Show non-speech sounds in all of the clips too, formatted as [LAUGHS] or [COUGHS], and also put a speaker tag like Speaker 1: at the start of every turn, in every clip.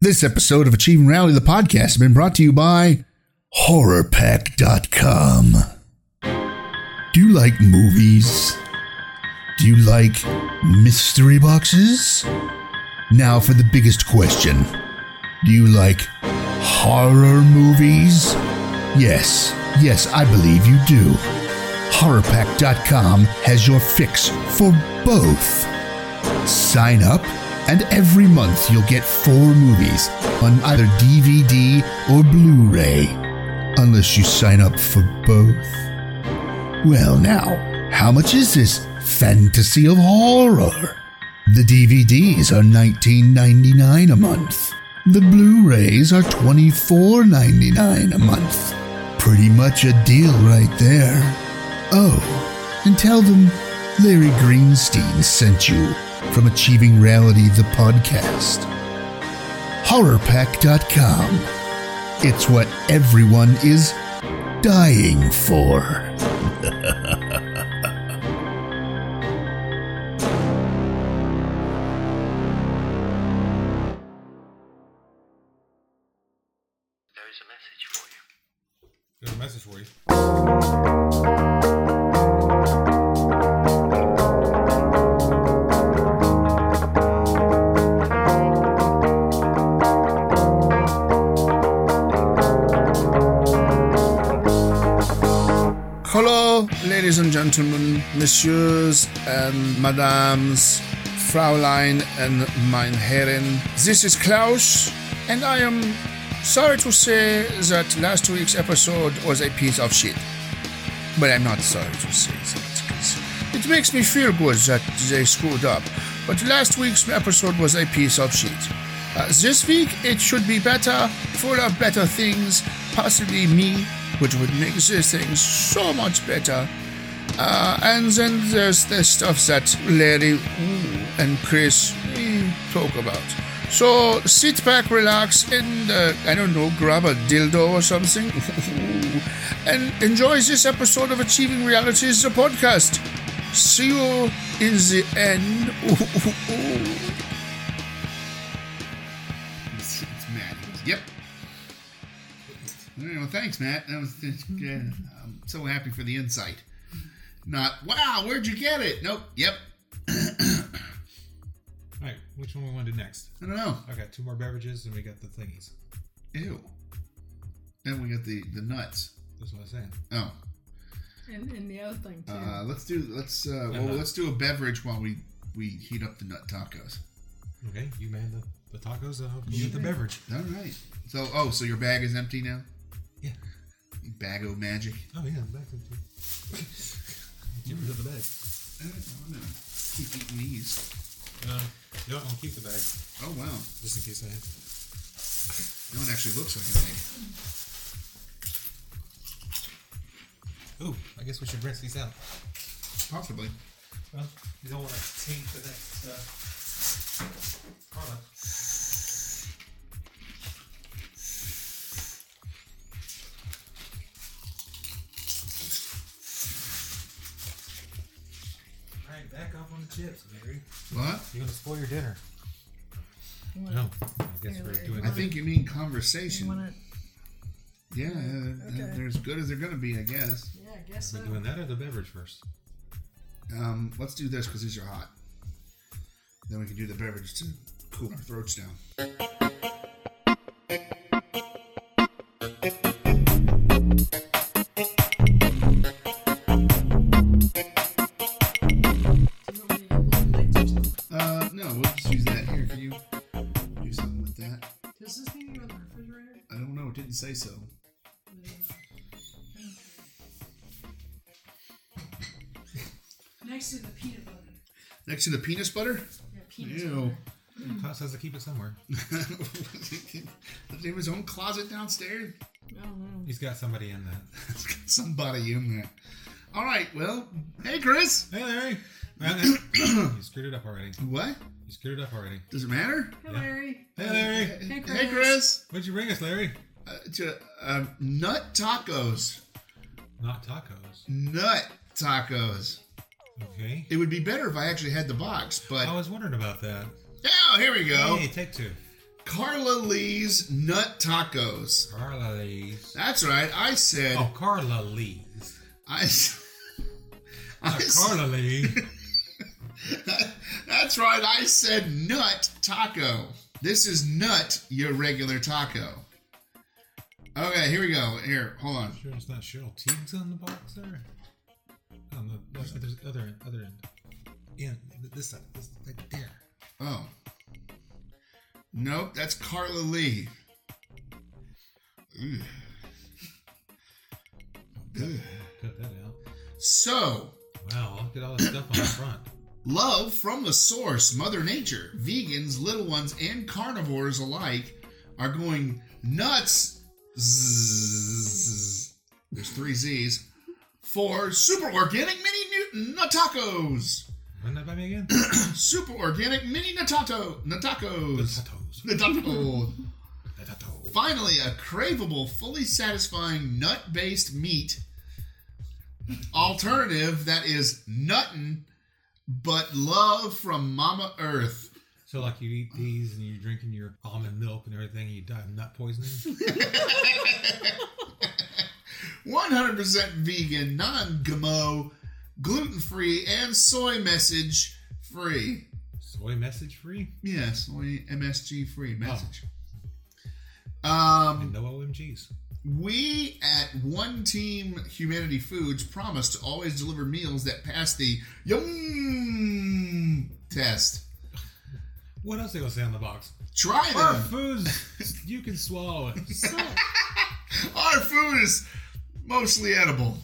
Speaker 1: This episode of Achieving Rally, the podcast, has been brought to you by HorrorPack.com. Do you like movies? Do you like mystery boxes? Now for the biggest question Do you like horror movies? Yes, yes, I believe you do. HorrorPack.com has your fix for both. Sign up, and every month you'll get four movies on either DVD or Blu ray, unless you sign up for both. Well, now, how much is this fantasy of horror? The DVDs are $19.99 a month. The Blu-rays are $24.99 a month. Pretty much a deal right there. Oh, and tell them Larry Greenstein sent you from Achieving Reality the podcast. HorrorPack.com. It's what everyone is dying for.
Speaker 2: There's a message for you.
Speaker 3: Hello, ladies and gentlemen, messieurs and madams, Fraulein and mein Herren. This is Klaus, and I am sorry to say that last week's episode was a piece of shit. But I'm not sorry to say that, 'cause it makes me feel good that they screwed up. But last week's episode was a piece of shit. Uh, this week it should be better, full of better things, possibly me, which would make this thing so much better. Uh, and then there's the stuff that Larry mm, and Chris mm, talk about. So sit back, relax, and uh, I don't know, grab a dildo or something, [LAUGHS] and enjoy this episode of Achieving Realities, the podcast. See you in the end. [LAUGHS]
Speaker 1: It's, it's Matt. He goes, yep. Well, thanks, Matt. That was. yeah, I'm so happy for the insight. Not wow. Where'd you get it? Nope. Yep.
Speaker 2: All right, which one we want to do next?
Speaker 1: I don't know.
Speaker 2: I got two more beverages, and we got the thingies.
Speaker 1: Ew. Then we got the the nuts.
Speaker 2: That's what I was saying.
Speaker 1: Oh,
Speaker 4: And, and the other thing too.
Speaker 1: uh, let's do let's uh, well
Speaker 2: Uh-huh.
Speaker 1: let's do a beverage while we we heat up the nut tacos.
Speaker 2: Okay, you man the, the tacos. I'll go get the beverage.
Speaker 1: All right. So oh, so your bag is empty now.
Speaker 2: Yeah.
Speaker 1: Bag of magic.
Speaker 2: Oh yeah, I'm back with you. [LAUGHS] Get rid of the bag.
Speaker 1: I don't know. Keep eating these.
Speaker 2: Uh, yeah, I'll keep the bag just
Speaker 1: Oh wow,
Speaker 2: in case I have.
Speaker 1: that one actually looks like a bag.
Speaker 2: Oh, I guess we should rinse these out.
Speaker 1: Possibly.
Speaker 2: Well, you don't want to taint the next uh, product. All right, back up on the chips, Larry.
Speaker 1: What?
Speaker 2: You're gonna spoil your dinner.
Speaker 4: What?
Speaker 2: No, I guess we're
Speaker 4: Larry.
Speaker 2: doing.
Speaker 1: I think you mean
Speaker 4: You
Speaker 1: conversation.
Speaker 4: wanna,
Speaker 1: Yeah, uh, they're,
Speaker 4: Okay.
Speaker 1: they're as good as they're gonna be, I guess.
Speaker 4: yeah, I guess so.
Speaker 2: We're doing that or the beverage first.
Speaker 1: Um, let's do this because these are hot. Then we can do the beverage to cool our throats down.
Speaker 4: You want me to look like this?
Speaker 1: Uh, no, we'll just use that here. Can you do something with that?
Speaker 4: Does this need to go in the refrigerator?
Speaker 1: I don't know. It didn't say so.
Speaker 4: Next to the peanut butter.
Speaker 1: Next to the penis butter. [LAUGHS]
Speaker 4: Yeah, peanut
Speaker 1: Ew.
Speaker 4: butter.
Speaker 2: Klaus has to keep it somewhere.
Speaker 1: Does he have his own closet downstairs? [LAUGHS]
Speaker 4: I don't know.
Speaker 2: He's got somebody in that.
Speaker 1: It's got Somebody in there. All right. Well, hey, Chris.
Speaker 2: Hey, [COUGHS] Larry. you screwed it up already.
Speaker 1: What?
Speaker 2: You screwed it up already.
Speaker 1: Does it matter?
Speaker 4: Hey,
Speaker 2: Yeah.
Speaker 4: Larry.
Speaker 2: Hey, Larry.
Speaker 1: Hey,
Speaker 4: Chris.
Speaker 1: Chris.
Speaker 2: What'd you bring us, Larry?
Speaker 1: Uh, to um, nut tacos.
Speaker 2: Not tacos.
Speaker 1: Nut tacos.
Speaker 2: Okay.
Speaker 1: It
Speaker 2: Oh.
Speaker 1: would be better if I actually had the box, but
Speaker 2: I was wondering about that.
Speaker 1: oh, here we go.
Speaker 2: Hey, take two.
Speaker 1: Carla Lee's Nut Tacos.
Speaker 2: Carla Lee's.
Speaker 1: That's right. I said.
Speaker 2: Oh, Carla Lee's.
Speaker 1: I. s- [LAUGHS] I
Speaker 2: Not
Speaker 1: s-
Speaker 2: Carla Lee.
Speaker 1: [LAUGHS] That's right. I said nut taco. This is nut your regular taco. Okay, here we go. Here, hold on.
Speaker 2: sure, it's not Cheryl Teague's on the box there. Oh no, that's other other end, other end. Yeah, this side, this right there.
Speaker 1: Oh. Nope, that's Carla Lee. Ugh. Ugh.
Speaker 2: Cut that out.
Speaker 1: So,
Speaker 2: Wow, look at all the stuff on the front.
Speaker 1: Love from the source, Mother Nature. Vegans, little ones, and carnivores alike are going nuts. Zzz. There's three Z's for super organic mini Newton tacos.
Speaker 2: Run that by me again.
Speaker 1: Super organic mini natato
Speaker 2: the [LAUGHS]
Speaker 1: natacos.
Speaker 2: tatos.
Speaker 1: Natato.
Speaker 2: The tato.
Speaker 1: Finally, a craveable, fully satisfying nut-based meat alternative that is nuttin' but love from Mama Earth.
Speaker 2: So like you eat these and you're drinking your almond milk and everything, and you die of nut poisoning.
Speaker 1: [LAUGHS] 100% vegan, non GMO, gluten free, and soy message free.
Speaker 2: Soy message free
Speaker 1: Yeah, soy MSG free message.
Speaker 2: and
Speaker 1: Um,
Speaker 2: no OMGs.
Speaker 1: we at One Team Humanity Foods promise to always deliver meals that pass the yum test.
Speaker 2: What else they gonna say on the box?
Speaker 1: Try
Speaker 2: Our
Speaker 1: them.
Speaker 2: foods [LAUGHS] you can swallow it.
Speaker 1: Our food is mostly edible.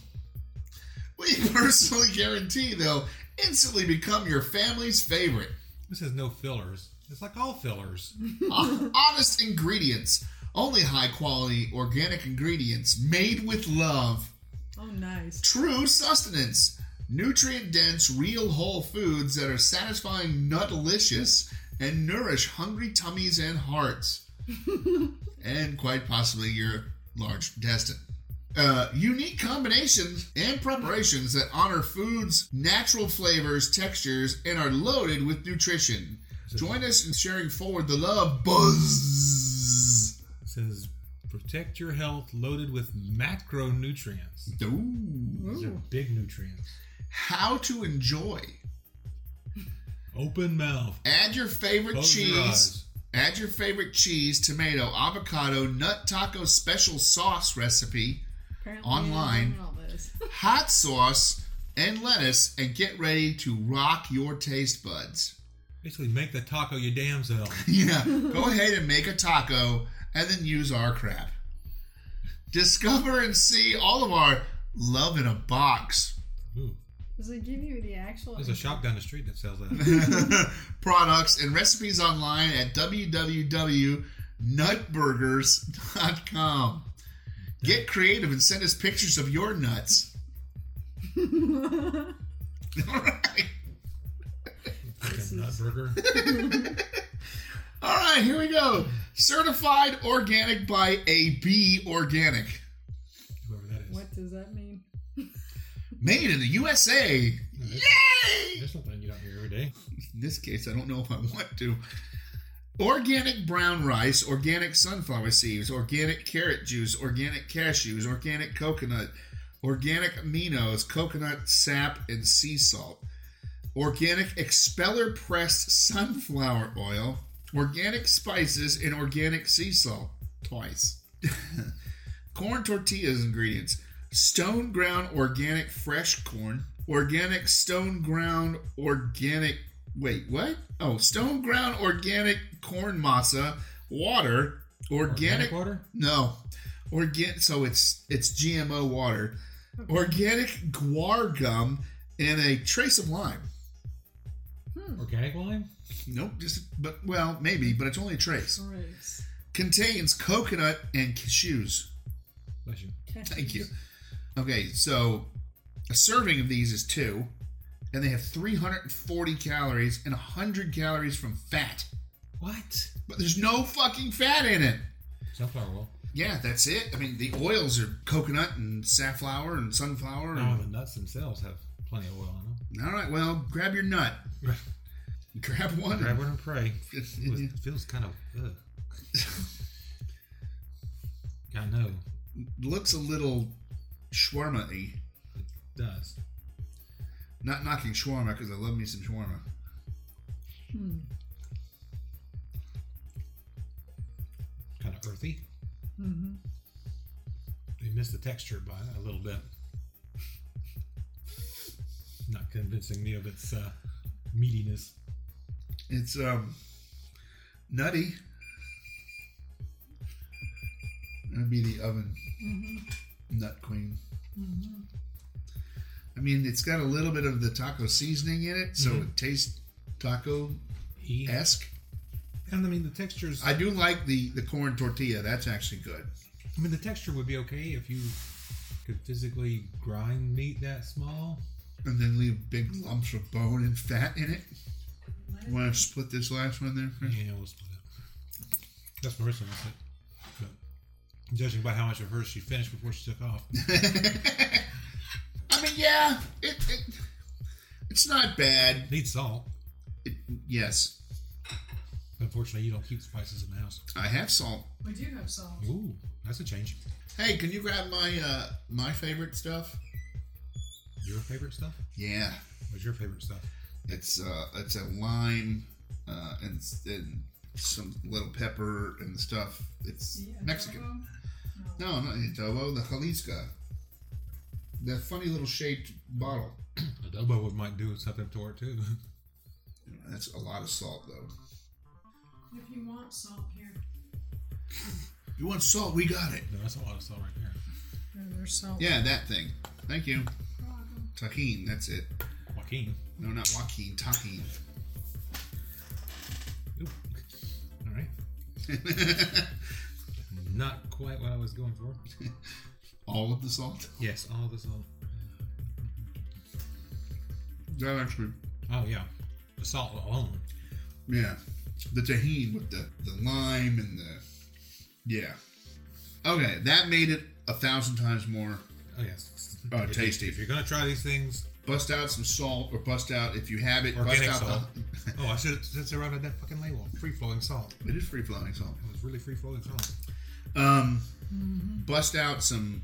Speaker 1: We [LAUGHS] personally guarantee they'll instantly become your family's [LAUGHS] favorite.
Speaker 2: This has no fillers. It's like all fillers.
Speaker 1: Hon- honest ingredients. Only high quality organic ingredients made with love.
Speaker 4: [LAUGHS] Oh, nice.
Speaker 1: True sustenance. Nutrient dense, real whole foods that are satisfying, nutlicious, and nourish hungry tummies and hearts. and quite possibly your large intestine. Uh, unique combinations and preparations that honor food's natural flavors, textures, and are loaded with nutrition. Join us in sharing forward the love buzz.
Speaker 2: It says protect your health loaded with macronutrients.
Speaker 1: Ooh.
Speaker 2: These are big nutrients.
Speaker 1: How to enjoy.
Speaker 2: Open mouth.
Speaker 1: Add your favorite
Speaker 2: Close your
Speaker 1: cheese.
Speaker 2: eyes.
Speaker 1: Add your favorite cheese, tomato, avocado, nut taco special sauce recipe,
Speaker 4: Apparently
Speaker 1: Online.
Speaker 4: I'm doing all this.
Speaker 1: hot sauce, and lettuce, and get ready to rock your taste buds. [LAUGHS]
Speaker 2: Basically, make the taco your damn self.
Speaker 1: Yeah, go ahead and make a taco and then use our crap. Discover and see all of our love in a box [LAUGHS]
Speaker 2: Ooh,
Speaker 4: [LAUGHS] Does it give you the actual?
Speaker 2: there's a shop down the street
Speaker 1: [LAUGHS]
Speaker 2: that sells that.
Speaker 1: products and recipes online at www.nutburgers.com. Get creative and send us pictures of your nuts. All right.
Speaker 2: Like a nut burger.
Speaker 1: All right, here we go. Certified organic by AB Organic.
Speaker 2: Whoever that
Speaker 1: [LAUGHS]
Speaker 2: is.
Speaker 4: [LAUGHS] What does that mean?
Speaker 1: Made in the USA. Yay!
Speaker 2: There's something you don't hear every day.
Speaker 1: In this case, I don't know if I want to. Organic brown rice, organic sunflower seeds, organic carrot juice, organic cashews, organic coconut, organic aminos, coconut sap, and sea salt. Organic expeller pressed sunflower oil, organic spices, and organic sea salt. Twice. [LAUGHS] corn tortillas ingredients stone ground organic fresh corn organic stone ground organic wait what oh stone ground organic corn masa water organic,
Speaker 2: water?
Speaker 1: no organic so it's it's gmo water organic guar gum and a trace of lime
Speaker 4: Hmm.
Speaker 2: Organic lime?
Speaker 1: nope just but well maybe but it's only a trace
Speaker 4: Grapes.
Speaker 1: contains coconut and cashews
Speaker 2: Bless you.
Speaker 1: Thank you. Okay, so a serving of these is two, and they have 340 calories and 100 calories from fat.
Speaker 2: What?
Speaker 1: But there's no fucking fat in it.
Speaker 2: Sunflower oil.
Speaker 1: Yeah, that's it. I mean, the oils are coconut and safflower and sunflower.
Speaker 2: No,
Speaker 1: and-
Speaker 2: the nuts themselves have plenty of oil in
Speaker 1: All right, well, grab your nut. [LAUGHS]
Speaker 2: them.
Speaker 1: Grab one. [LAUGHS]
Speaker 2: Grab one and pray. It was- feels kind of ugh, I know.
Speaker 1: Looks a little shawarma y.
Speaker 2: It does.
Speaker 1: Not knocking shawarma because I love me some shawarma.
Speaker 4: Hmm.
Speaker 2: Kind of earthy.
Speaker 4: Mm-hmm.
Speaker 2: You missed the texture by a little bit. Not convincing me of its uh, meatiness.
Speaker 1: It's um nutty. That'd be the oven nut queen. I mean, it's got a little bit of the taco seasoning in it, so it tastes taco
Speaker 2: E.
Speaker 1: esque.
Speaker 2: And I mean, the textures.
Speaker 1: I do like the the corn tortilla. That's actually good.
Speaker 2: I mean, the texture would be okay if you could physically grind meat that small.
Speaker 1: And then leave big lumps of bone and fat in it. Want to split this last one there? Chris?
Speaker 2: Yeah, we'll split it. That's Marissa, that's it. But judging by how much of hers she finished before she took off,
Speaker 1: [LAUGHS] I mean, yeah, it, it it's not bad.
Speaker 2: needs salt.
Speaker 1: It, yes,
Speaker 2: Unfortunately, you don't keep spices in the house.
Speaker 1: I have salt.
Speaker 5: We do have salt.
Speaker 2: Ooh, that's a change.
Speaker 1: Hey, can you grab my uh my favorite stuff?
Speaker 2: Your favorite stuff?
Speaker 1: Yeah,
Speaker 2: What's your favorite stuff?
Speaker 1: it's uh it's a lime uh and, s- and some little pepper and stuff. It's
Speaker 5: The adobo?
Speaker 1: Mexican.
Speaker 5: No.
Speaker 1: No, not the adobo, the Jalisca. That funny little shaped bottle.
Speaker 2: Adobo would might do something to it too. [LAUGHS]
Speaker 1: That's a lot of salt though.
Speaker 5: If you want salt here,
Speaker 1: You want salt? We got it.
Speaker 2: no, that's a lot of salt right there.
Speaker 4: There's salt.
Speaker 1: Yeah, that thing. Thank you.
Speaker 5: problem.
Speaker 1: Tahine, that's it.
Speaker 2: Joaquin.
Speaker 1: No, not Joaquin, Tahine.
Speaker 2: Ooh. All right. Not quite what I was going for.
Speaker 1: [LAUGHS] All of the salt?
Speaker 2: Yes, all the salt.
Speaker 1: That actually,
Speaker 2: Oh yeah, the salt alone.
Speaker 1: yeah. The tahine with the, the lime and the. Yeah. Okay, that made it a thousand times more.
Speaker 2: Oh yes.
Speaker 1: Oh,
Speaker 2: If you-
Speaker 1: tasty.
Speaker 2: If you're gonna try these things,
Speaker 1: Bust out some salt, or bust out, if you have it,
Speaker 2: organic
Speaker 1: bust out
Speaker 2: salt. [LAUGHS] oh, I should have since I wrote that fucking label. Free flowing salt.
Speaker 1: the. [LAUGHS] It is free flowing salt.
Speaker 2: It was really free flowing salt.
Speaker 1: Um, Bust out some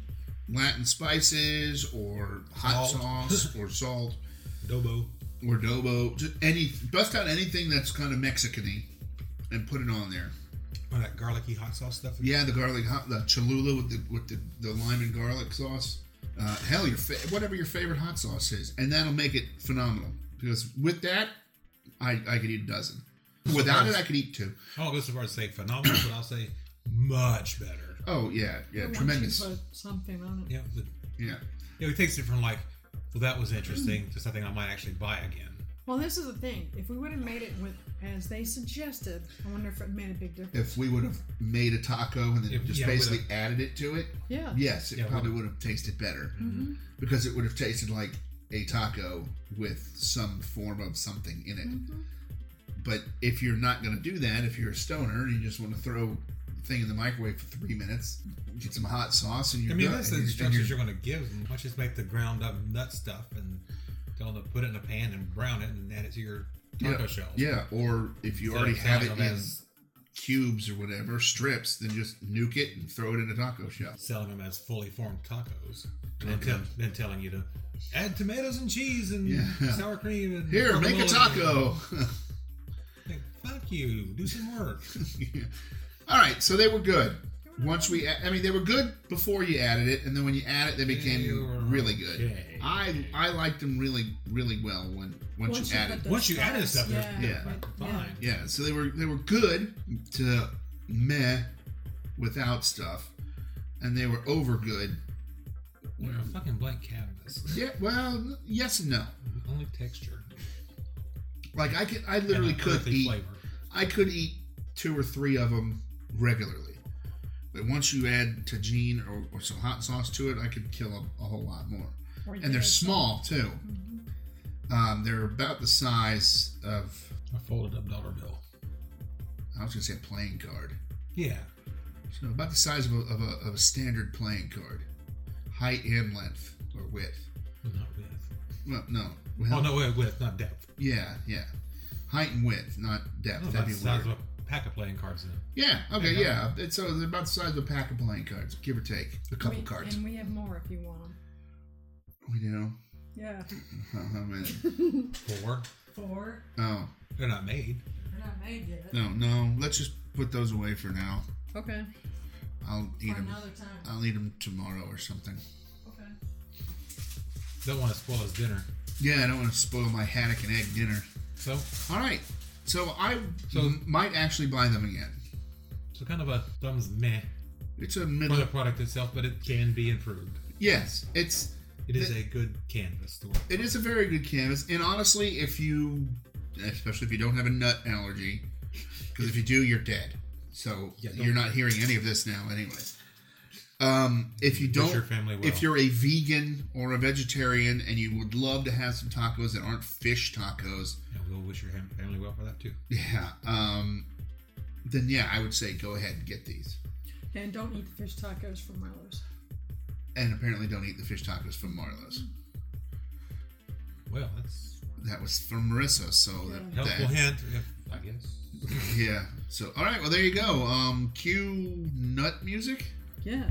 Speaker 1: Latin spices, or hot
Speaker 2: Salt. [LAUGHS]
Speaker 1: sauce, or salt.
Speaker 2: Adobo.
Speaker 1: or adobo, just any bust out anything that's kind of Mexican-y and put it on there.
Speaker 2: Or that garlicky hot sauce stuff.
Speaker 1: Yeah, the garlic hot, the Cholula with the with the, the lime and garlic sauce. Uh, hell, your fa- whatever your favorite hot sauce is, and that'll make it phenomenal. Because with that, I I could eat a dozen. Without it, I could eat two.
Speaker 2: I won't go so far as to say phenomenal, but I'll say much better.
Speaker 1: Oh yeah, yeah,
Speaker 4: Once you
Speaker 1: tremendous.
Speaker 4: Put something on it.
Speaker 2: Yeah, but
Speaker 1: Yeah,
Speaker 2: yeah, it takes it from like, well, that was interesting to something I might actually buy again.
Speaker 4: Well, this is the thing. If we would have made it with as they suggested, I wonder if it made a big difference.
Speaker 1: if we would have made a taco and then
Speaker 2: If-
Speaker 1: just
Speaker 2: yeah, with
Speaker 1: basically added it to it,
Speaker 4: Yeah.
Speaker 1: yes, it
Speaker 2: Yeah,
Speaker 1: probably would have tasted better because it would have tasted like a taco with some form of something in it. But if you're not going to do that, if you're a stoner and you just want to throw the thing in the microwave for three minutes, get some hot sauce, and you're
Speaker 2: I mean,
Speaker 1: done.
Speaker 2: that's the
Speaker 1: And you're- and
Speaker 2: instructions
Speaker 1: you're-
Speaker 2: you're going to give them. Why don't you just make the ground up nut stuff and tell them to put it in a pan and brown it and add it to your taco shell.
Speaker 1: yeah, or if you
Speaker 2: Instead
Speaker 1: already
Speaker 2: of
Speaker 1: have it
Speaker 2: selling
Speaker 1: in
Speaker 2: them as
Speaker 1: cubes or whatever strips, then just nuke it and throw it in a taco shell.
Speaker 2: selling them as fully formed tacos, and then, tell, then telling you to add tomatoes and cheese and
Speaker 1: Yeah.
Speaker 2: sour cream and
Speaker 1: Here, make a
Speaker 2: guacamole.
Speaker 1: taco. [LAUGHS]
Speaker 2: Like, fuck you, do some work.
Speaker 1: [LAUGHS] All right, so they were good. Once we, I mean, they were good before you added it, and then when you add it, they became
Speaker 2: They were
Speaker 1: really good.
Speaker 2: okay.
Speaker 1: I I liked them really really well when once, you
Speaker 4: put
Speaker 1: added.
Speaker 4: the
Speaker 2: Once you added
Speaker 4: sauce,
Speaker 2: stuff, they're-
Speaker 1: Yeah.
Speaker 4: but-
Speaker 2: Fine.
Speaker 1: yeah, so they were they were good to meh without stuff, and they were over good.
Speaker 2: We're a fucking blank canvas.
Speaker 1: Yeah, well, yes and no.
Speaker 2: [LAUGHS] Only texture. and
Speaker 1: Like I could, I literally
Speaker 2: an
Speaker 1: could
Speaker 2: earthy
Speaker 1: eat.
Speaker 2: flavor.
Speaker 1: I could eat two or three of them regularly. But once you add tagine or, or some hot sauce to it, I could kill a, a whole lot more.
Speaker 4: Or you
Speaker 1: and they're
Speaker 4: add some-
Speaker 1: small
Speaker 4: Mm-hmm.
Speaker 1: too. Um, they're about the size of
Speaker 2: A folded up dollar bill.
Speaker 1: I was gonna say a playing card.
Speaker 2: Yeah.
Speaker 1: So about the size of a, of a, of a standard playing card, height and length or width.
Speaker 2: Not with.
Speaker 1: Well, no, well,
Speaker 2: Oh no, with, with not depth.
Speaker 1: yeah, yeah, height and width, not
Speaker 2: I
Speaker 1: depth.
Speaker 2: don't know
Speaker 1: That'd
Speaker 2: Oh, about
Speaker 1: be
Speaker 2: the size
Speaker 1: weird.
Speaker 2: of a pack of playing cards in.
Speaker 1: Yeah. Okay. Yeah. It's, so they're about the size of a pack of playing cards, give or take a couple
Speaker 4: We-
Speaker 1: cards.
Speaker 4: And we have more if you want them.
Speaker 1: You know.
Speaker 4: Yeah.
Speaker 1: How many?
Speaker 2: Four.
Speaker 5: Four.
Speaker 1: Oh
Speaker 2: They're not made.
Speaker 5: They're not made yet.
Speaker 1: no, no. Let's just put those away for now.
Speaker 4: Okay.
Speaker 1: I'll eat Uh.
Speaker 5: For
Speaker 1: them.
Speaker 5: another time.
Speaker 1: I'll eat them tomorrow or something.
Speaker 5: okay.
Speaker 2: Don't want to spoil his dinner.
Speaker 1: Yeah, I don't want to spoil my haddock and egg dinner.
Speaker 2: So,
Speaker 1: All right. So I
Speaker 2: So-
Speaker 1: m- might actually buy them again.
Speaker 2: so kind of a thumbs meh
Speaker 1: It's a
Speaker 2: for
Speaker 1: middle.
Speaker 2: the product itself, but it can be improved.
Speaker 1: Yes, it's
Speaker 2: It is a good canvas to work.
Speaker 1: it is a very good canvas. And honestly, if you, especially if you don't have a nut allergy, because if you do, you're dead. So
Speaker 2: Yeah, don't-
Speaker 1: you're not hearing any of this now, anyways. Um, if you don't,
Speaker 2: your family well.
Speaker 1: if you're a vegan or a vegetarian and you would love to have some tacos that aren't fish tacos,
Speaker 2: And we'll wish your ham- family well for that too.
Speaker 1: yeah, um, then yeah, I would say go ahead and get these.
Speaker 4: And don't eat the fish tacos from Marlowe's.
Speaker 1: And apparently, don't eat the fish tacos from Marlowe's.
Speaker 2: Well, that's
Speaker 1: That was from Marissa, so that,
Speaker 2: helpful
Speaker 1: that-
Speaker 2: hint, if, I guess.
Speaker 1: Yeah. So, all right. Well, there you go. Um, cue nut music.
Speaker 4: Yeah.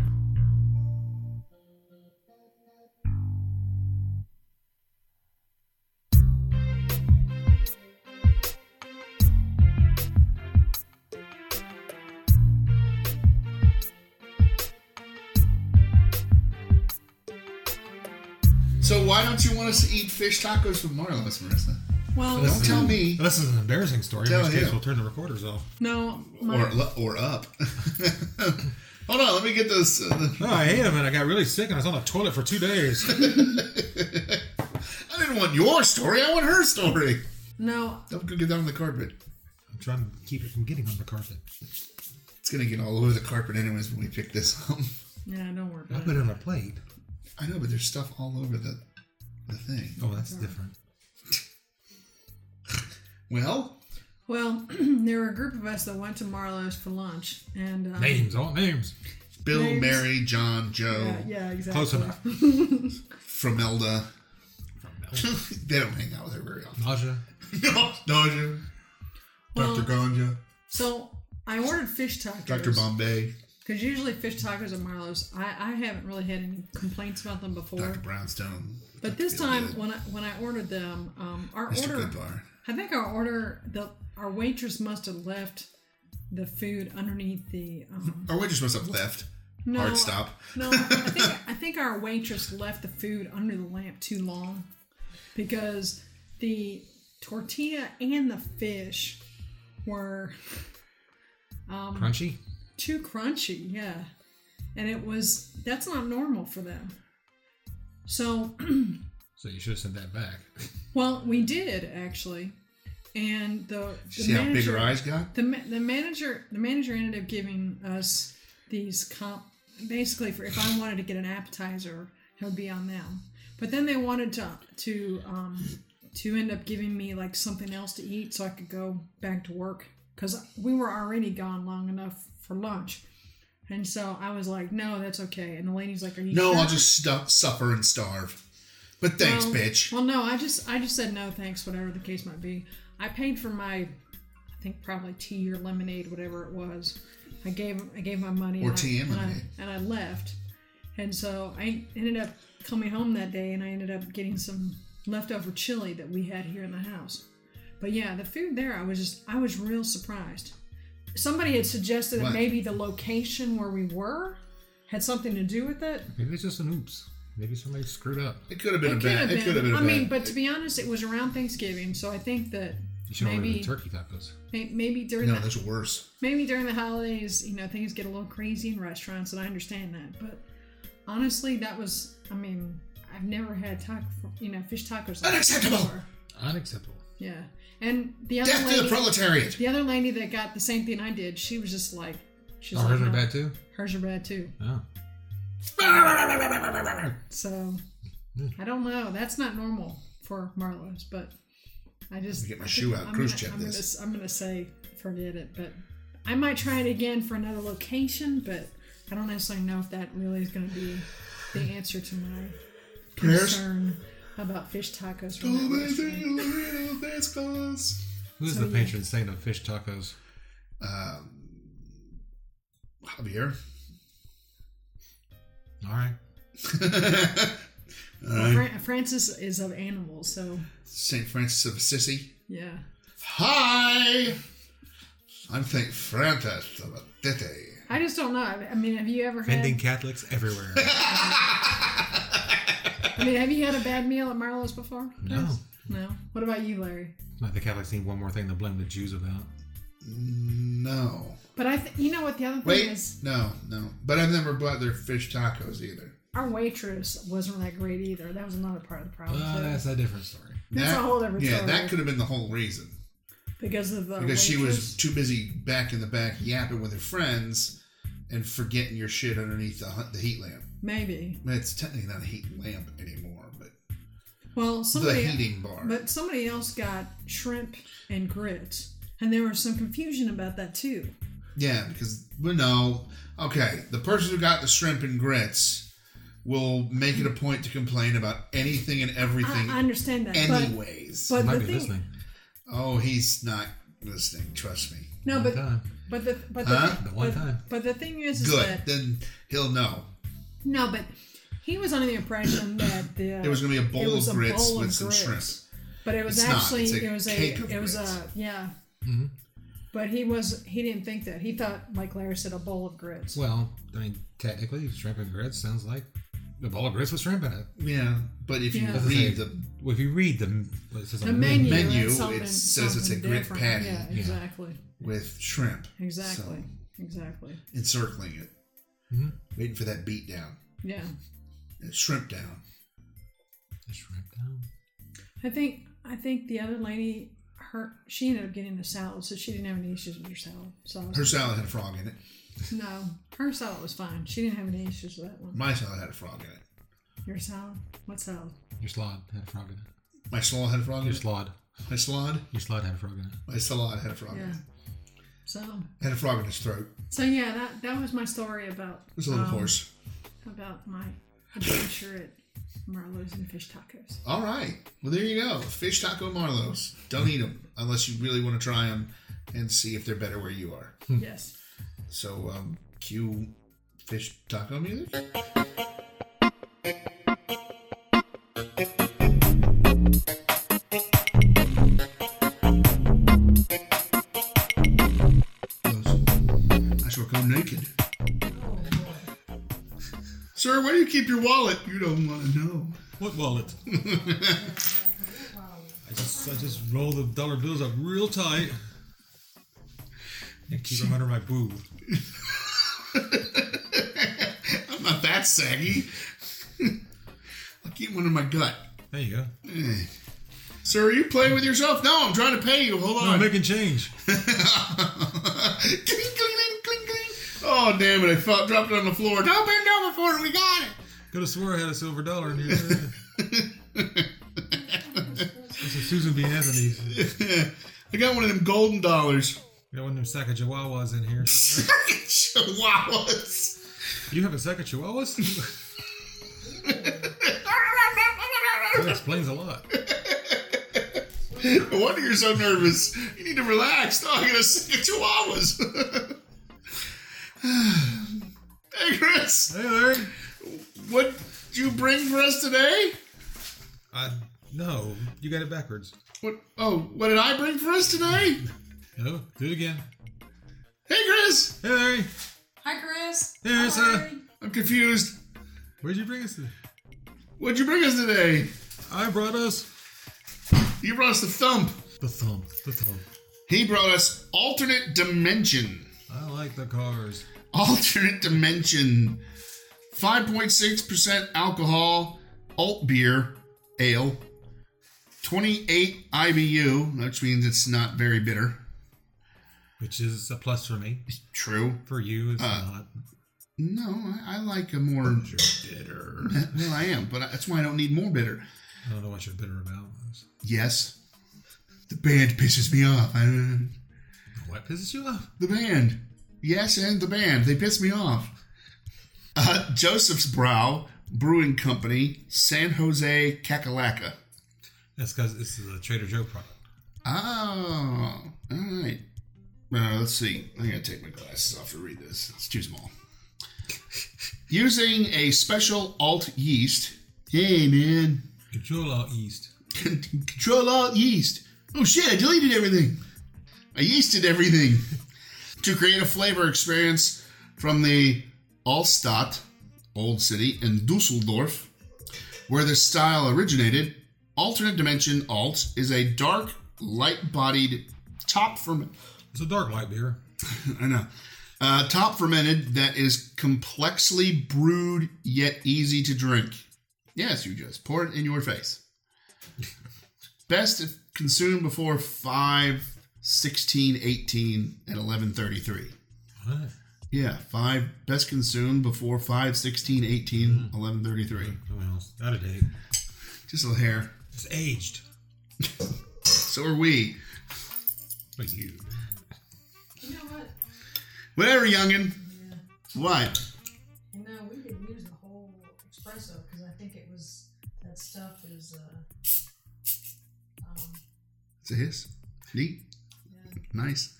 Speaker 1: So, why don't you want us to eat fish tacos from Marlowe's, Marissa?
Speaker 4: Well,
Speaker 1: Don't tell me.
Speaker 2: This is an embarrassing story.
Speaker 1: Tell
Speaker 2: in which case,
Speaker 1: him.
Speaker 2: we'll turn the recorders off.
Speaker 4: no. My,
Speaker 1: Or lu- or up. [LAUGHS] Hold on. Let me get this. Uh,
Speaker 2: No, I ate them and I got really sick and I was on the toilet for two days.
Speaker 1: [LAUGHS] I didn't want your story. I want her story.
Speaker 4: no.
Speaker 1: Don't go get down on the carpet.
Speaker 2: I'm trying to keep it from getting on the carpet.
Speaker 1: It's gonna get all over the carpet anyways when we pick this up. [LAUGHS]
Speaker 4: Yeah, don't worry
Speaker 2: I
Speaker 4: about
Speaker 2: put
Speaker 4: it.
Speaker 2: it on a plate.
Speaker 1: I know, but there's stuff all over the the thing.
Speaker 2: Oh, that's different.
Speaker 1: Well,
Speaker 4: Well, [CLEARS THROAT] there were a group of us that went to Marlowe's for lunch, and um,
Speaker 2: Names, all names.
Speaker 1: Bill,
Speaker 4: Names.
Speaker 1: Mary, John, Joe,
Speaker 4: Yeah, yeah, exactly.
Speaker 2: Close enough.
Speaker 1: Framelda. [LAUGHS] they don't hang out with her very
Speaker 4: [LAUGHS]
Speaker 1: often.
Speaker 2: Nausea.
Speaker 1: Nausea.
Speaker 4: Well-
Speaker 1: Dr. Ganja.
Speaker 4: So I ordered fish tacos.
Speaker 1: Dr. Bombay.
Speaker 4: Because usually fish tacos at Marlowe's, I, I haven't really had any complaints about them before.
Speaker 1: Dr. Brownstone.
Speaker 4: But this time, when I when I ordered them, um, our
Speaker 1: Mr.
Speaker 4: order,
Speaker 1: Goodbar.
Speaker 4: I think our order, the our waitress must have left the food underneath the. Um,
Speaker 1: Our waitress Oh, must have left.
Speaker 4: no,
Speaker 1: Hard stop. [LAUGHS]
Speaker 4: no, I think I think our waitress left the food under the lamp too long, because the tortilla and the fish were
Speaker 2: Crunchy.
Speaker 4: too crunchy, yeah. And it was that's not normal for them. So [CLEARS THROAT]
Speaker 2: So you should have sent that back.
Speaker 4: Well, we did actually, and the, the
Speaker 1: See how big
Speaker 4: manager,
Speaker 1: her eyes got?
Speaker 4: the ma- the manager the manager ended up giving us these comp basically for if I wanted to get an appetizer, it would be on them. But then they wanted to to um, to end up giving me like something else to eat so I could go back to work because we were already gone long enough for lunch. And so I was like, "No, that's okay." And the lady's like, "Are you
Speaker 1: No,
Speaker 4: sure?"
Speaker 1: I'll just stu- suffer and starve. But thanks,
Speaker 4: well,
Speaker 1: bitch.
Speaker 4: Well, no, I just I just said no thanks, whatever the case might be. I paid for my, I think probably tea or lemonade, whatever it was. I gave I gave my money
Speaker 1: Or
Speaker 4: and
Speaker 1: tea
Speaker 4: I,
Speaker 1: and
Speaker 4: I-
Speaker 1: lemonade.
Speaker 4: and I left. And so I ended up coming home that day, and I ended up getting some leftover chili that we had here in the house. But yeah, the food there, I was just I was real surprised. Somebody had suggested
Speaker 1: What?
Speaker 4: that maybe the location where we were had something to do with it.
Speaker 2: Maybe it's just an oops. Maybe somebody screwed up.
Speaker 1: it could have been a
Speaker 4: It could
Speaker 1: bad.
Speaker 4: have been.
Speaker 1: It could have been a
Speaker 4: I
Speaker 1: bad.
Speaker 4: mean, but to be honest, it was around Thanksgiving, so I think that
Speaker 2: You should have ordered the
Speaker 4: maybe
Speaker 2: turkey tacos.
Speaker 4: may- maybe during
Speaker 1: no,
Speaker 4: the,
Speaker 1: that's worse.
Speaker 4: maybe during the holidays, you know, things get a little crazy in restaurants, and I understand that. But honestly, that was I mean, I've never had taco, you know, fish tacos. like that
Speaker 1: Unacceptable.
Speaker 4: before.
Speaker 2: Unacceptable.
Speaker 4: Yeah, and the other
Speaker 1: Death to
Speaker 4: lady,
Speaker 1: the proletariat.
Speaker 4: the other lady that got the same thing I did, she was just like, she's
Speaker 2: Oh,
Speaker 4: like,
Speaker 2: hers are
Speaker 4: no,
Speaker 2: bad too?
Speaker 4: Hers are bad too.
Speaker 2: Oh.
Speaker 4: So I don't know. That's not normal for Marlowe's, but I just
Speaker 1: Get my
Speaker 4: I
Speaker 1: shoe
Speaker 4: think
Speaker 1: out,
Speaker 4: I'm
Speaker 1: cruise
Speaker 4: gonna-
Speaker 1: check
Speaker 4: I'm
Speaker 1: this.
Speaker 4: Gonna, I'm gonna say forget it, but I might try it again for another location. But I don't necessarily know if that really is gonna be the answer to my
Speaker 1: Prayers? Oh,
Speaker 4: concern about fish tacos. From that restaurant.
Speaker 1: That's close.
Speaker 2: Who's
Speaker 4: So,
Speaker 2: the patron saint of fish tacos?
Speaker 1: um, Javier. [LAUGHS]
Speaker 2: All right.
Speaker 1: All right.
Speaker 4: Fran- Francis is of animals, so
Speaker 1: St. Francis of Assisi.
Speaker 4: yeah.
Speaker 1: Hi! I'm St. Francis of Assisi.
Speaker 4: I just don't know. I I mean, have you ever had?
Speaker 2: Offending Catholics
Speaker 1: [LAUGHS]
Speaker 2: everywhere.
Speaker 4: I mean, have you had a bad meal at Marlowe's before?
Speaker 2: No.
Speaker 4: No. What about you, Larry?
Speaker 2: Not the Catholics need one more thing to blame the Jews about.
Speaker 1: No.
Speaker 4: But I, th- you know what? The other thing
Speaker 1: Wait,
Speaker 4: is,
Speaker 1: no, no. But I've never bought their fish tacos either.
Speaker 4: our waitress wasn't that great either. That was another part of the problem.
Speaker 2: Uh,
Speaker 4: too.
Speaker 2: that's a different story.
Speaker 4: That's a whole different
Speaker 1: Yeah,
Speaker 4: story. Oh,
Speaker 1: that could have been the whole reason.
Speaker 4: because of the
Speaker 1: Because she was
Speaker 4: waitress.
Speaker 1: too busy back in the back yapping with her friends and forgetting your shit underneath the, hu- the heat lamp.
Speaker 4: maybe.
Speaker 1: Well, it's technically not a heat lamp anymore, but
Speaker 4: Well, somebody
Speaker 1: the heating bar.
Speaker 4: But somebody else got shrimp and grit, and there was some confusion about that too.
Speaker 1: Yeah, because well, no, okay. The person who got the shrimp and grits will make it a point to complain about anything and
Speaker 4: I,
Speaker 1: everything,
Speaker 4: I understand that, but
Speaker 1: anyways.
Speaker 4: but
Speaker 2: Might
Speaker 4: the
Speaker 2: be
Speaker 4: thing,
Speaker 2: listening.
Speaker 1: oh, he's not listening. Trust me.
Speaker 4: no,
Speaker 2: one
Speaker 4: but
Speaker 2: time.
Speaker 4: but the but the,
Speaker 1: Huh?
Speaker 2: The one
Speaker 4: but,
Speaker 2: time.
Speaker 4: but the thing is, is
Speaker 1: Good.
Speaker 4: that
Speaker 1: Then he'll know.
Speaker 4: no, but he was under the impression that the,
Speaker 1: It was gonna be a bowl
Speaker 4: it was
Speaker 1: of
Speaker 4: a
Speaker 1: grits
Speaker 4: bowl of
Speaker 1: with some
Speaker 4: grits.
Speaker 1: shrimp.
Speaker 4: but it was
Speaker 1: It's not.
Speaker 4: actually
Speaker 1: It's a
Speaker 4: it was a
Speaker 1: cake of
Speaker 4: it was
Speaker 1: grits. Mm-hmm.
Speaker 4: a yeah. But he was he didn't think that he thought like Larry said a bowl of grits.
Speaker 2: Well, I mean, technically, shrimp and grits sounds like a bowl of grits with shrimp in it.
Speaker 1: Yeah, but if
Speaker 4: Yeah.
Speaker 1: you read the
Speaker 2: Well, if you read the, well, it says
Speaker 4: The
Speaker 2: on
Speaker 4: menu,
Speaker 1: menu,
Speaker 4: that's
Speaker 1: it
Speaker 4: something-
Speaker 1: says it's a
Speaker 4: something
Speaker 1: grit
Speaker 4: different.
Speaker 1: patty.
Speaker 4: Yeah,
Speaker 2: Yeah.
Speaker 4: exactly,
Speaker 1: with shrimp,
Speaker 4: exactly,
Speaker 1: So,
Speaker 4: exactly.
Speaker 1: encircling it,
Speaker 2: Mhm.
Speaker 1: waiting for that beat down,
Speaker 4: Yeah.
Speaker 1: that shrimp down.
Speaker 2: The shrimp down.
Speaker 4: I think I think the other lady her she ended up getting the salad, so she didn't have any issues with her salad. So I was-
Speaker 1: Her salad had a frog in it.
Speaker 4: no, her salad was fine. She didn't have any issues with that one.
Speaker 1: My salad had a frog in it.
Speaker 4: Your salad? What salad?
Speaker 2: Your slod had a frog in it.
Speaker 1: My slaw had a frog in
Speaker 2: Your
Speaker 1: it.
Speaker 2: slod.
Speaker 1: My slod.
Speaker 2: Your slod had a frog in it.
Speaker 1: My salad had a frog. In
Speaker 4: Yeah.
Speaker 1: it.
Speaker 4: So
Speaker 1: Had a frog in his throat.
Speaker 4: so yeah, that that was my story about
Speaker 1: It was a little
Speaker 4: um,
Speaker 1: horse.
Speaker 4: about my adventure at Marlowe's and fish tacos.
Speaker 1: [LAUGHS] All right. Well, there you go. Fish taco marlows. Don't eat them unless you really want to try them and see if they're better where you are.
Speaker 4: yes.
Speaker 1: So, um, cue fish taco music. Goes, I shall go naked. Sir, where do you keep your wallet? You don't want to know.
Speaker 2: What wallet? [LAUGHS] I just I just roll the dollar bills up real tight and keep them under my boob.
Speaker 1: I'm not that saggy. [LAUGHS] I'll keep one in my gut.
Speaker 2: There you go.
Speaker 1: Sir, are you playing with yourself? No, I'm trying to pay you. Hold
Speaker 2: I'm
Speaker 1: on.
Speaker 2: making change.
Speaker 1: cling, cling, cling, cling. Oh, damn it. I felt, dropped it on the floor. Don't bend over for it. We got it.
Speaker 2: Could have swore I had a silver dollar in here. this is Susan B. Anthony's.
Speaker 1: I got one of them golden dollars. [LAUGHS]
Speaker 2: Got one of them sack of chihuahuas in here.
Speaker 1: Chihuahuas.
Speaker 2: You have a sack of chihuahuas? That explains a lot.
Speaker 1: No wonder you're so nervous. You need to relax. No, I got a sick of chihuahuas. [SIGHS] hey, Chris.
Speaker 2: Hey Larry.
Speaker 1: What you bring for us today?
Speaker 2: I no, you got it backwards.
Speaker 1: What? Oh, what did I bring for us today?
Speaker 2: No, do it again.
Speaker 1: Hey, Chris.
Speaker 2: Hey Larry.
Speaker 5: Hi, Chris.
Speaker 2: There's
Speaker 5: Hi,
Speaker 2: a-
Speaker 5: Larry.
Speaker 1: I'm confused.
Speaker 2: Where'd you bring us to?
Speaker 1: What'd you bring us today?
Speaker 2: I brought us
Speaker 1: You brought us the thump.
Speaker 2: the thumb. The thumb.
Speaker 1: He brought us alternate dimension. [LAUGHS]
Speaker 2: I like the cars.
Speaker 1: Alternate dimension. 5.6% alcohol, alt beer, ale. 28 IBU, which means it's not very bitter.
Speaker 2: Which is a plus for me.
Speaker 1: True.
Speaker 2: For you, it's
Speaker 1: Uh,
Speaker 2: not.
Speaker 1: No, I, I like a more bitter. [LAUGHS] well, I am, but that's why I don't need more bitter.
Speaker 2: I don't know what you're bitter about.
Speaker 1: Yes. The band pisses me off. I-
Speaker 2: What pisses you off?
Speaker 1: the band. Yes, and the band. They piss me off. Uh, Joseph's Brow Brewing Company, San Jose, Cacalaca.
Speaker 2: That's because this is a Trader Joe product.
Speaker 1: Oh, all right. Uh, let's see. I'm going to take my glasses off to read this. It's too small. Using a special alt yeast. Hey, man.
Speaker 2: Control Alt East.
Speaker 1: Control alt yeast. Oh, shit. I deleted everything. I yeasted everything. [LAUGHS] to create a flavor experience from the Altstadt, Old City, in Dusseldorf, where this style originated, Alternate Dimension Alt is a dark, light bodied, top ferment.
Speaker 2: It's a dark light beer.
Speaker 1: I know. Uh, top fermented that is complexly brewed yet easy to drink. Yes, you just pour it in your face. Best if consumed before 5, 16, 18, and 11.33.
Speaker 2: Alright.
Speaker 1: Yeah, 5. Best consumed before 5, 16, 18, 11.33.
Speaker 2: Something else. Out of date.
Speaker 1: Just a hair.
Speaker 2: It's aged.
Speaker 1: So are we.
Speaker 2: Like you.
Speaker 5: You know what?
Speaker 1: Whatever, youngin'. What?
Speaker 5: You know, we could use the whole espresso because I think it was that stuff is uh um
Speaker 1: It's a hiss. Neat. Nice.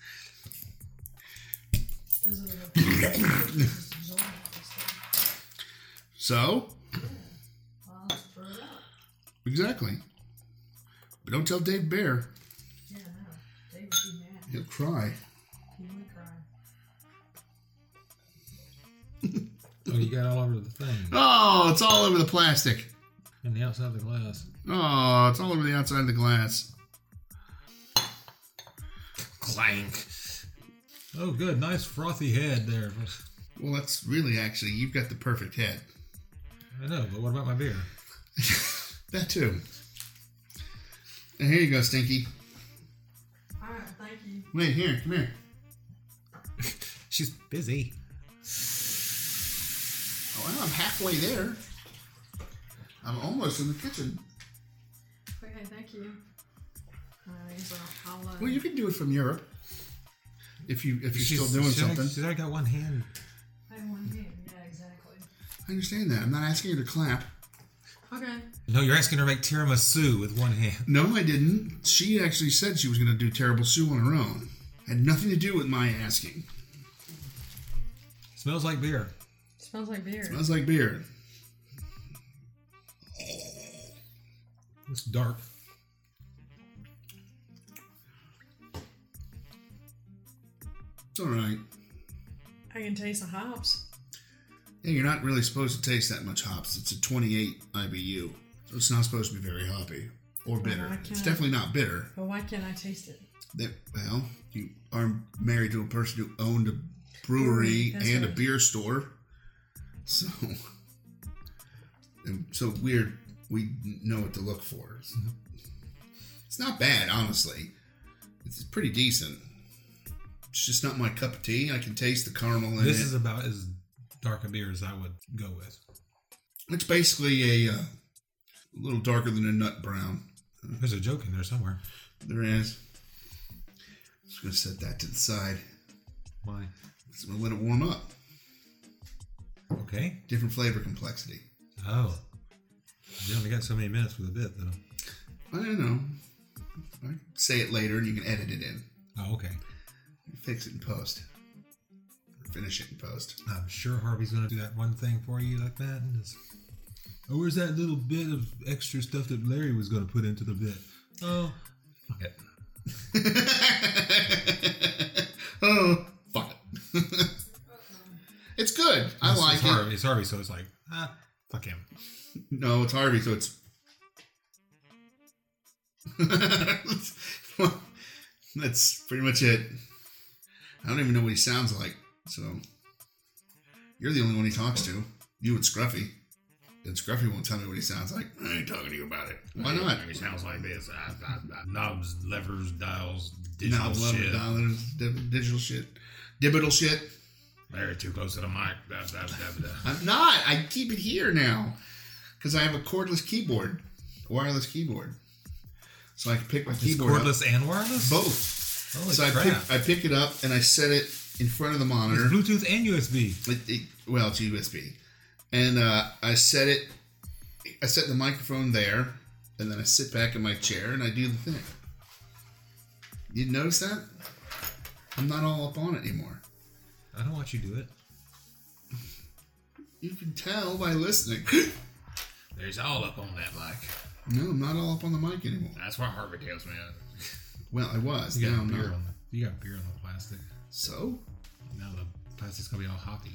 Speaker 5: because of the just absorbing all this stuff.
Speaker 1: So,
Speaker 5: Well, let's throw it out.
Speaker 1: exactly. But don't tell Dave Bear.
Speaker 5: Yeah, no. They would be mad.
Speaker 1: He'll cry.
Speaker 5: He would cry.
Speaker 2: Oh, you got all over the thing.
Speaker 1: Oh, it's all over the plastic.
Speaker 2: And the outside of the glass.
Speaker 1: Oh, it's all over the outside of the glass.
Speaker 2: Clank. Oh, good. Nice frothy head there.
Speaker 1: Well, that's really actually, you've got the perfect head. [LAUGHS]
Speaker 2: I know, but what about my beer?
Speaker 1: That too. And here you go, Stinky.
Speaker 5: All right, thank you.
Speaker 1: Wait, here, come here.
Speaker 2: She's busy.
Speaker 1: Oh, well, I'm halfway there. I'm almost in the kitchen.
Speaker 5: Okay, thank you. All right, so I'll, uh,
Speaker 1: Well, you can do it from Europe. If you if you're
Speaker 2: She's
Speaker 1: still doing
Speaker 2: she's already-
Speaker 1: something,
Speaker 2: she's already got one hand.
Speaker 5: I have one hand. Yeah, exactly.
Speaker 1: I understand that. I'm not asking you to clap.
Speaker 5: Okay.
Speaker 2: No, you're asking her to make tiramisu with one hand. [LAUGHS]
Speaker 1: No, I didn't. She actually said she was going to do terrible Sue on her own. Had nothing to do with my asking.
Speaker 2: Smells like beer.
Speaker 5: Smells like beer.
Speaker 1: Smells like beer.
Speaker 2: It's dark.
Speaker 1: It's all right.
Speaker 5: I can taste the hops.
Speaker 1: Yeah, you're not really supposed to taste that much hops. It's a 28 IBU, so it's not supposed to be very hoppy or bitter.
Speaker 5: I
Speaker 1: it's
Speaker 5: can't-
Speaker 1: definitely not bitter.
Speaker 5: But why can't I taste it?
Speaker 1: That well, you are married to a person who owned a brewery
Speaker 5: That's
Speaker 1: and a
Speaker 5: right.
Speaker 1: beer store, so and so we're we know what to look for. It's not bad, honestly. It's pretty decent. It's just not my cup of tea. I can taste the caramel in
Speaker 2: This
Speaker 1: it.
Speaker 2: is about as dark a beer as I would go with.
Speaker 1: It's basically a uh, a little darker than a nut brown.
Speaker 2: There's a joke in there somewhere.
Speaker 1: There is. Just gonna set that to the side.
Speaker 2: Why?
Speaker 1: Just gonna let it warm up.
Speaker 2: Okay.
Speaker 1: Different flavor complexity.
Speaker 2: Oh. You only got so many minutes for the bit, though.
Speaker 1: I don't know. I can say it later, and you can edit it in.
Speaker 2: Oh, okay.
Speaker 1: Fix it in post. Or finish it in post. [LAUGHS]
Speaker 2: I'm sure Harvey's going to do that one thing for you like that. And just, oh, where's that little bit of extra stuff that Larry was going to put into the bit? Oh, fuck it.
Speaker 1: oh, fuck it. [LAUGHS] it's good. I
Speaker 2: It's-
Speaker 1: like
Speaker 2: it's
Speaker 1: it.
Speaker 2: Harvey, It's Harvey, so it's like, ah, fuck him.
Speaker 1: No, it's Harvey, so it's. [LAUGHS] That's pretty much it. I don't even know what he sounds like, so. You're the only one he talks to. You and Scruffy. And Scruffy won't tell me what he sounds like.
Speaker 6: I ain't talking to you about it.
Speaker 1: Why not?
Speaker 6: It sounds like this. I, I, I, knobs, levers, dials, digital
Speaker 1: Knob
Speaker 6: shit.
Speaker 1: lever dollars, dib- digital shit. Dibital shit.
Speaker 6: Larry, too close to the mic. Da, da, da, da.
Speaker 1: [LAUGHS] I'm not. I keep it here now because I have a cordless keyboard, wireless keyboard. So I can pick my
Speaker 2: It's
Speaker 1: keyboard up.
Speaker 2: cordless and wireless?
Speaker 1: Both.
Speaker 2: Holy
Speaker 1: so I
Speaker 2: crap.
Speaker 1: pick, I pick it up and I set it in front of the
Speaker 2: It's
Speaker 1: monitor.
Speaker 2: Bluetooth and USB.
Speaker 1: It- it- well, it's USB, and uh, I set it. I set the microphone there, and then I sit back in my chair and I do the thing. You notice that? I'm not all up on it anymore.
Speaker 2: I don't want you to do it.
Speaker 1: You can tell by listening. [GASPS]
Speaker 6: There's all up on that mic.
Speaker 1: No, I'm not all up on the mic anymore.
Speaker 6: That's why Harvey tells me. I-
Speaker 1: Well, I was.
Speaker 2: You got
Speaker 1: Now I'm
Speaker 2: beer
Speaker 1: not.
Speaker 2: on the, you got beer on the plastic.
Speaker 1: So?
Speaker 2: Now the plastic's gonna be all hoppy.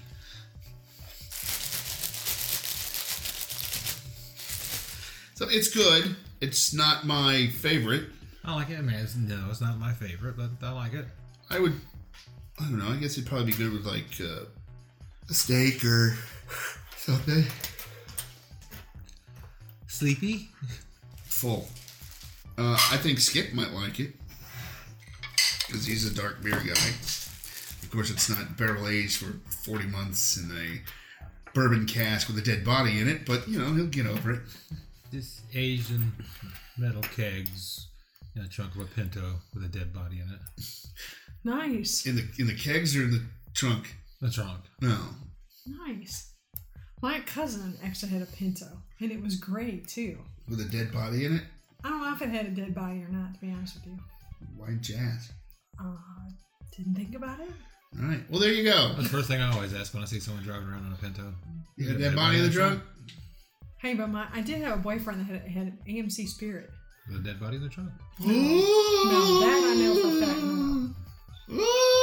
Speaker 1: So it's good. It's not my favorite.
Speaker 2: I like it, man. It's, no, it's not my favorite, but I like it.
Speaker 1: I would. I don't know. I guess it'd probably be good with like uh, a steak or [SIGHS] something.
Speaker 2: Sleepy?
Speaker 1: Full. Uh, I think Skip might like it because he's a dark beer guy. Of course, it's not barrel aged for 40 months in a bourbon cask with a dead body in it, but you know he'll get over it.
Speaker 2: This Asian metal kegs in a trunk of a Pinto with a dead body in it.
Speaker 4: Nice,
Speaker 1: In the in the kegs or in the trunk?
Speaker 2: The trunk.
Speaker 1: No.
Speaker 4: nice. My cousin actually had a Pinto, and it was great too.
Speaker 1: With a dead body in it?
Speaker 4: I don't know if it had a dead body or not, to be honest with you.
Speaker 1: Why jazz?
Speaker 4: Uh, didn't think about it.
Speaker 1: All right. Well, there you go.
Speaker 2: That's the first thing I always ask when I see someone driving around on a Pinto.
Speaker 1: You had that body in the trunk?
Speaker 4: Hey, but my I did have a boyfriend that had, had an AMC Spirit.
Speaker 2: With a dead body in the trunk.
Speaker 4: No, that I know for a fact. no.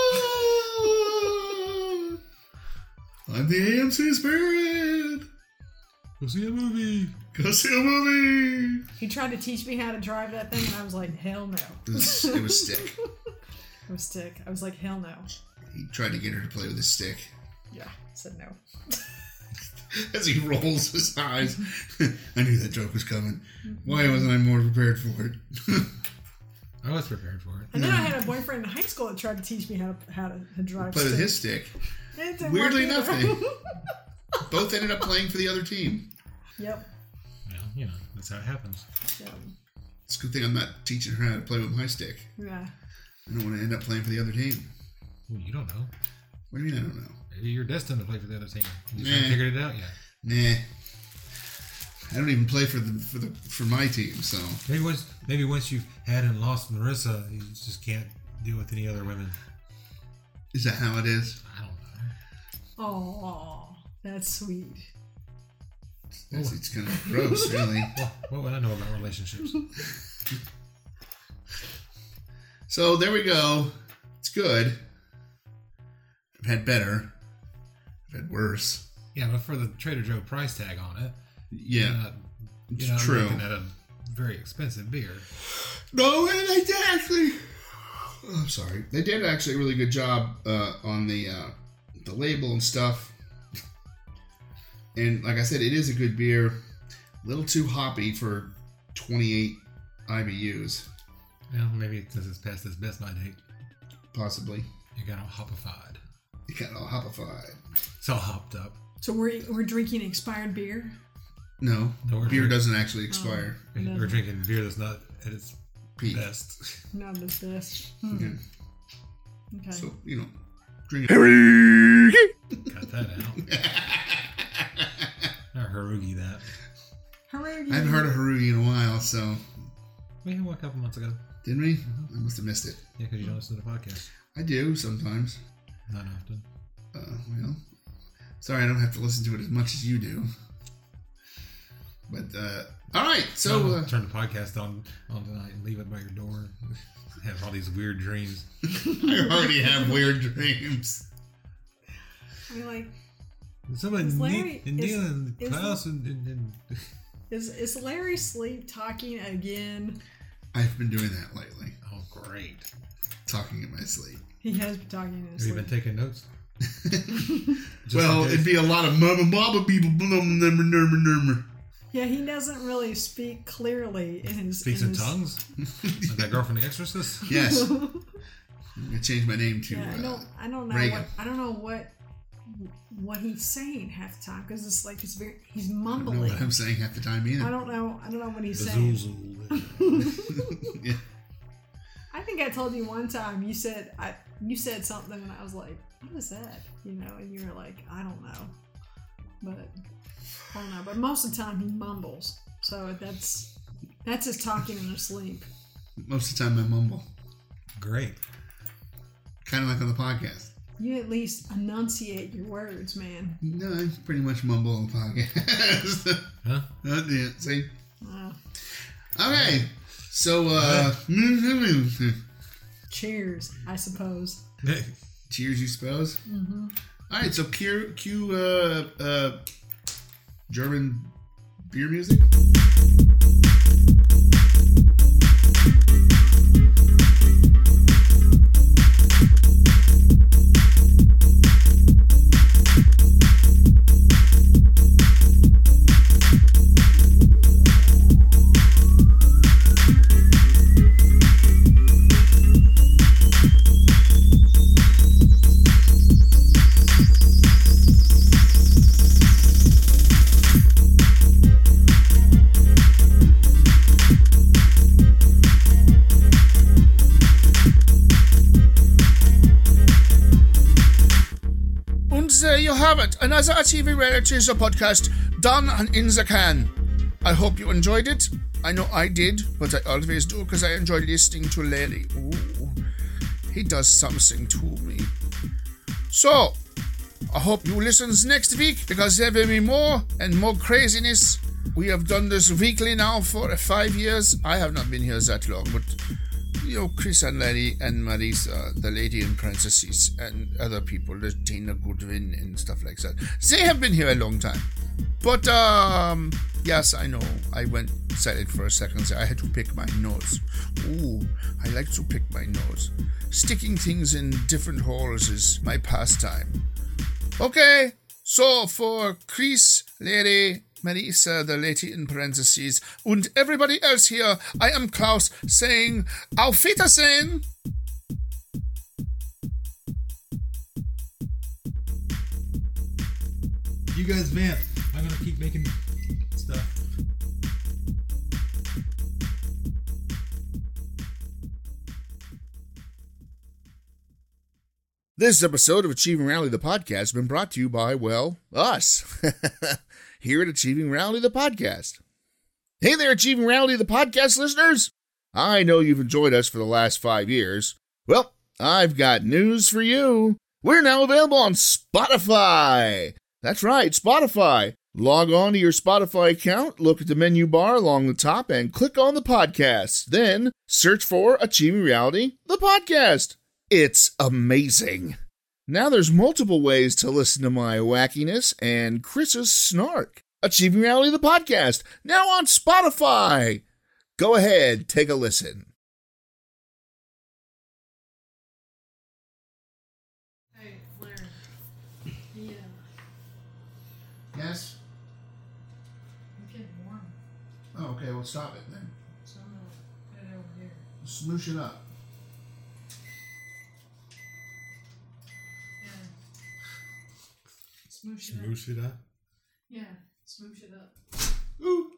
Speaker 1: I'm the AMC Spirit.
Speaker 2: Go see a movie.
Speaker 1: Go see a movie.
Speaker 4: He tried to teach me how to drive that thing, and I was like, hell no.
Speaker 1: It was, it was stick.
Speaker 4: It was sick. I was like, hell no.
Speaker 1: He tried to get her to play with his stick
Speaker 4: Yeah, I said no.
Speaker 1: [LAUGHS] as he rolls his eyes. I knew that joke was coming. Why wasn't I more prepared for it?
Speaker 2: I was prepared for it.
Speaker 4: And then
Speaker 1: Hmm.
Speaker 4: I had a boyfriend in high school that tried to teach me how to how to, how to drive.
Speaker 1: play with
Speaker 4: stick.
Speaker 1: his stick.
Speaker 4: It didn't
Speaker 1: Weirdly
Speaker 4: work
Speaker 1: enough,
Speaker 4: either.
Speaker 1: they both ended up playing for the other team.
Speaker 4: [LAUGHS] yep.
Speaker 2: Well, you know, that's how it happens.
Speaker 4: yep.
Speaker 1: It's a good thing I'm not teaching her how to play with my stick.
Speaker 4: Yeah.
Speaker 1: I don't want to end up playing for the other team.
Speaker 2: Well, you don't know.
Speaker 1: What do you mean I don't know?
Speaker 2: You're destined to play for the other team. You just
Speaker 1: Nah.
Speaker 2: haven't figured it out yet.
Speaker 1: Nah. I don't even play for the for the for my team, so
Speaker 2: Maybe once, maybe once you've had and lost Marissa, you just can't deal with any other women.
Speaker 1: is that how it is?
Speaker 2: I don't know.
Speaker 4: Oh, that's sweet.
Speaker 1: It's, it's kind of gross,
Speaker 2: [LAUGHS]
Speaker 1: really.
Speaker 2: What, what would I know about relationships?
Speaker 1: So there we go. It's good. I've had better. I've had worse.
Speaker 2: yeah, but for the Trader Joe price tag on it, you're
Speaker 1: Yeah.
Speaker 2: not,
Speaker 1: It's
Speaker 2: you're not
Speaker 1: true.
Speaker 2: looking at a very expensive beer.
Speaker 1: No, and they did actually. Oh, I'm sorry. They did actually a really good job uh, on the uh, the label and stuff. And like I said, it is a good beer. A little too hoppy for 28 IBUs,
Speaker 2: Well, maybe since it's past this best by date,
Speaker 1: possibly.
Speaker 2: you got all hopified.
Speaker 1: It got all hoppified.
Speaker 2: It's all hopped up.
Speaker 4: So we're we're drinking expired beer.
Speaker 1: No,
Speaker 2: No, we're
Speaker 1: beer
Speaker 2: drink-
Speaker 1: doesn't
Speaker 4: Oh.
Speaker 1: actually expire.
Speaker 4: No.
Speaker 2: We're drinking beer that's not at its
Speaker 1: Peak.
Speaker 2: best. [LAUGHS]
Speaker 4: Not the best. Hmm.
Speaker 1: Yeah.
Speaker 4: Okay.
Speaker 1: So you know, drink it.
Speaker 7: Harry!
Speaker 2: Cut that out. I Harugi that.
Speaker 4: Hooray!
Speaker 1: [LAUGHS] I haven't heard of Harugi in a while, so
Speaker 2: We had one a couple months ago. Mm-hmm.
Speaker 1: didn't we? I must have missed it.
Speaker 2: Yeah, because you don't listen to the podcast.
Speaker 1: I do sometimes.
Speaker 2: Not often.
Speaker 1: Uh, well, sorry, I don't have to listen to it as much as you do. But uh, all right, so
Speaker 2: I'll
Speaker 1: uh, [LAUGHS]
Speaker 2: turn the podcast on on tonight and leave it by your door. [LAUGHS] Have all these weird dreams.
Speaker 1: I already have weird dreams.
Speaker 4: I mean, like,
Speaker 2: Somebody
Speaker 4: Is
Speaker 2: ne-
Speaker 4: Larry-
Speaker 2: and
Speaker 4: is-
Speaker 2: Neil and
Speaker 4: is-
Speaker 2: Klaus and, and, and
Speaker 4: is is Larry sleep talking again?
Speaker 1: I've been doing that lately,
Speaker 2: oh great.
Speaker 1: talking in my
Speaker 2: [LAUGHS]
Speaker 1: sleep.
Speaker 4: He has been talking in his
Speaker 2: Have you been
Speaker 4: sleep.
Speaker 2: taking notes? Just
Speaker 1: well,
Speaker 2: in case.
Speaker 1: it'd be a lot of mama mama people. number number number.
Speaker 4: yeah, he doesn't really speak clearly in his.
Speaker 2: speaks
Speaker 4: in
Speaker 2: in
Speaker 4: his-
Speaker 2: tongues. like that girl from The
Speaker 1: [LAUGHS]
Speaker 2: Exorcist.
Speaker 1: Yes,
Speaker 4: [LAUGHS]
Speaker 1: I'm gonna change my name to.
Speaker 4: Yeah, I
Speaker 1: Uh,
Speaker 4: don't. I don't know.
Speaker 1: Reagan.
Speaker 4: What, I don't know what what he's saying half the time because it's like it's very. He's
Speaker 1: I don't know
Speaker 4: mumbling.
Speaker 1: what I'm saying half the time [LAUGHS]
Speaker 4: I
Speaker 1: either.
Speaker 4: don't know. I don't know what he's saying.
Speaker 6: Bazoozled.
Speaker 4: [LAUGHS]
Speaker 1: yeah.
Speaker 4: I think I told you one time. You said I. You said something, and I was like, "What is that?" You know, and you were like, "I don't know," but I don't know. But most of the time, he mumbles. So that's that's his talking in his sleep.
Speaker 1: Most of the time, I mumble.
Speaker 2: Great.
Speaker 8: Kind of like on the podcast.
Speaker 4: You at least enunciate your words, man.
Speaker 8: No, I pretty much mumble on the podcast.
Speaker 1: [LAUGHS]
Speaker 9: Huh?
Speaker 8: That's it. See?
Speaker 4: Uh,
Speaker 8: Okay. So, uh, [LAUGHS]
Speaker 4: cheers, I suppose.
Speaker 8: cheers, you suppose? Mm-hmm. right, so cue, cue uh, uh, German beer music.
Speaker 1: And there you have it, another TV reality show podcast done and in the can. I hope you enjoyed it. I know I did, but I always do because I enjoy listening to Larry. Ooh, he does something to me. So, I hope you listens next week because there will be more and more craziness. We have done this weekly now for five years. I have not been here that long, but you know, Chris and Larry and Marisa, the lady and princesses, and other people, the Tina Goodwin and stuff like that. They have been here a long time. But, um, yes, I know. I went silent for a second there. I had to pick my nose. Ooh, I like to pick my nose. Sticking things in different holes is my pastime. Okay, so for Chris, Larry, Marisa, the lady in parentheses, and everybody else here, I am Klaus saying Auf Wiedersehen!
Speaker 2: You guys vamp. I'm gonna keep making stuff.
Speaker 1: This episode of Achieving Rally the Podcast has been brought to you by, well, us. [LAUGHS] Here at Achieving Rally the Podcast. Hey there, Achieving Rally the Podcast listeners! I know you've enjoyed us for the last five years. Well, I've got news for you. We're now available on Spotify. That's right, Spotify. Log on to your Spotify account, look at the menu bar along the top, and click on the podcast. Then search for Achieving Reality, the podcast. It's amazing. Now there's multiple ways to listen to my wackiness and Chris's snark. Achieving Reality, the podcast, now on Spotify. Go ahead, take a listen.
Speaker 4: Hey, Larry. Yeah,
Speaker 10: uh,
Speaker 8: Yes?
Speaker 10: I'm getting warm,
Speaker 8: Oh, okay. Well, stop it then.
Speaker 10: so I'm gonna put it over here.
Speaker 8: Smoosh it up.
Speaker 10: Yeah. Smoosh it up.
Speaker 2: Smoosh it up.
Speaker 10: Yeah, smoosh it up.
Speaker 2: Ooh.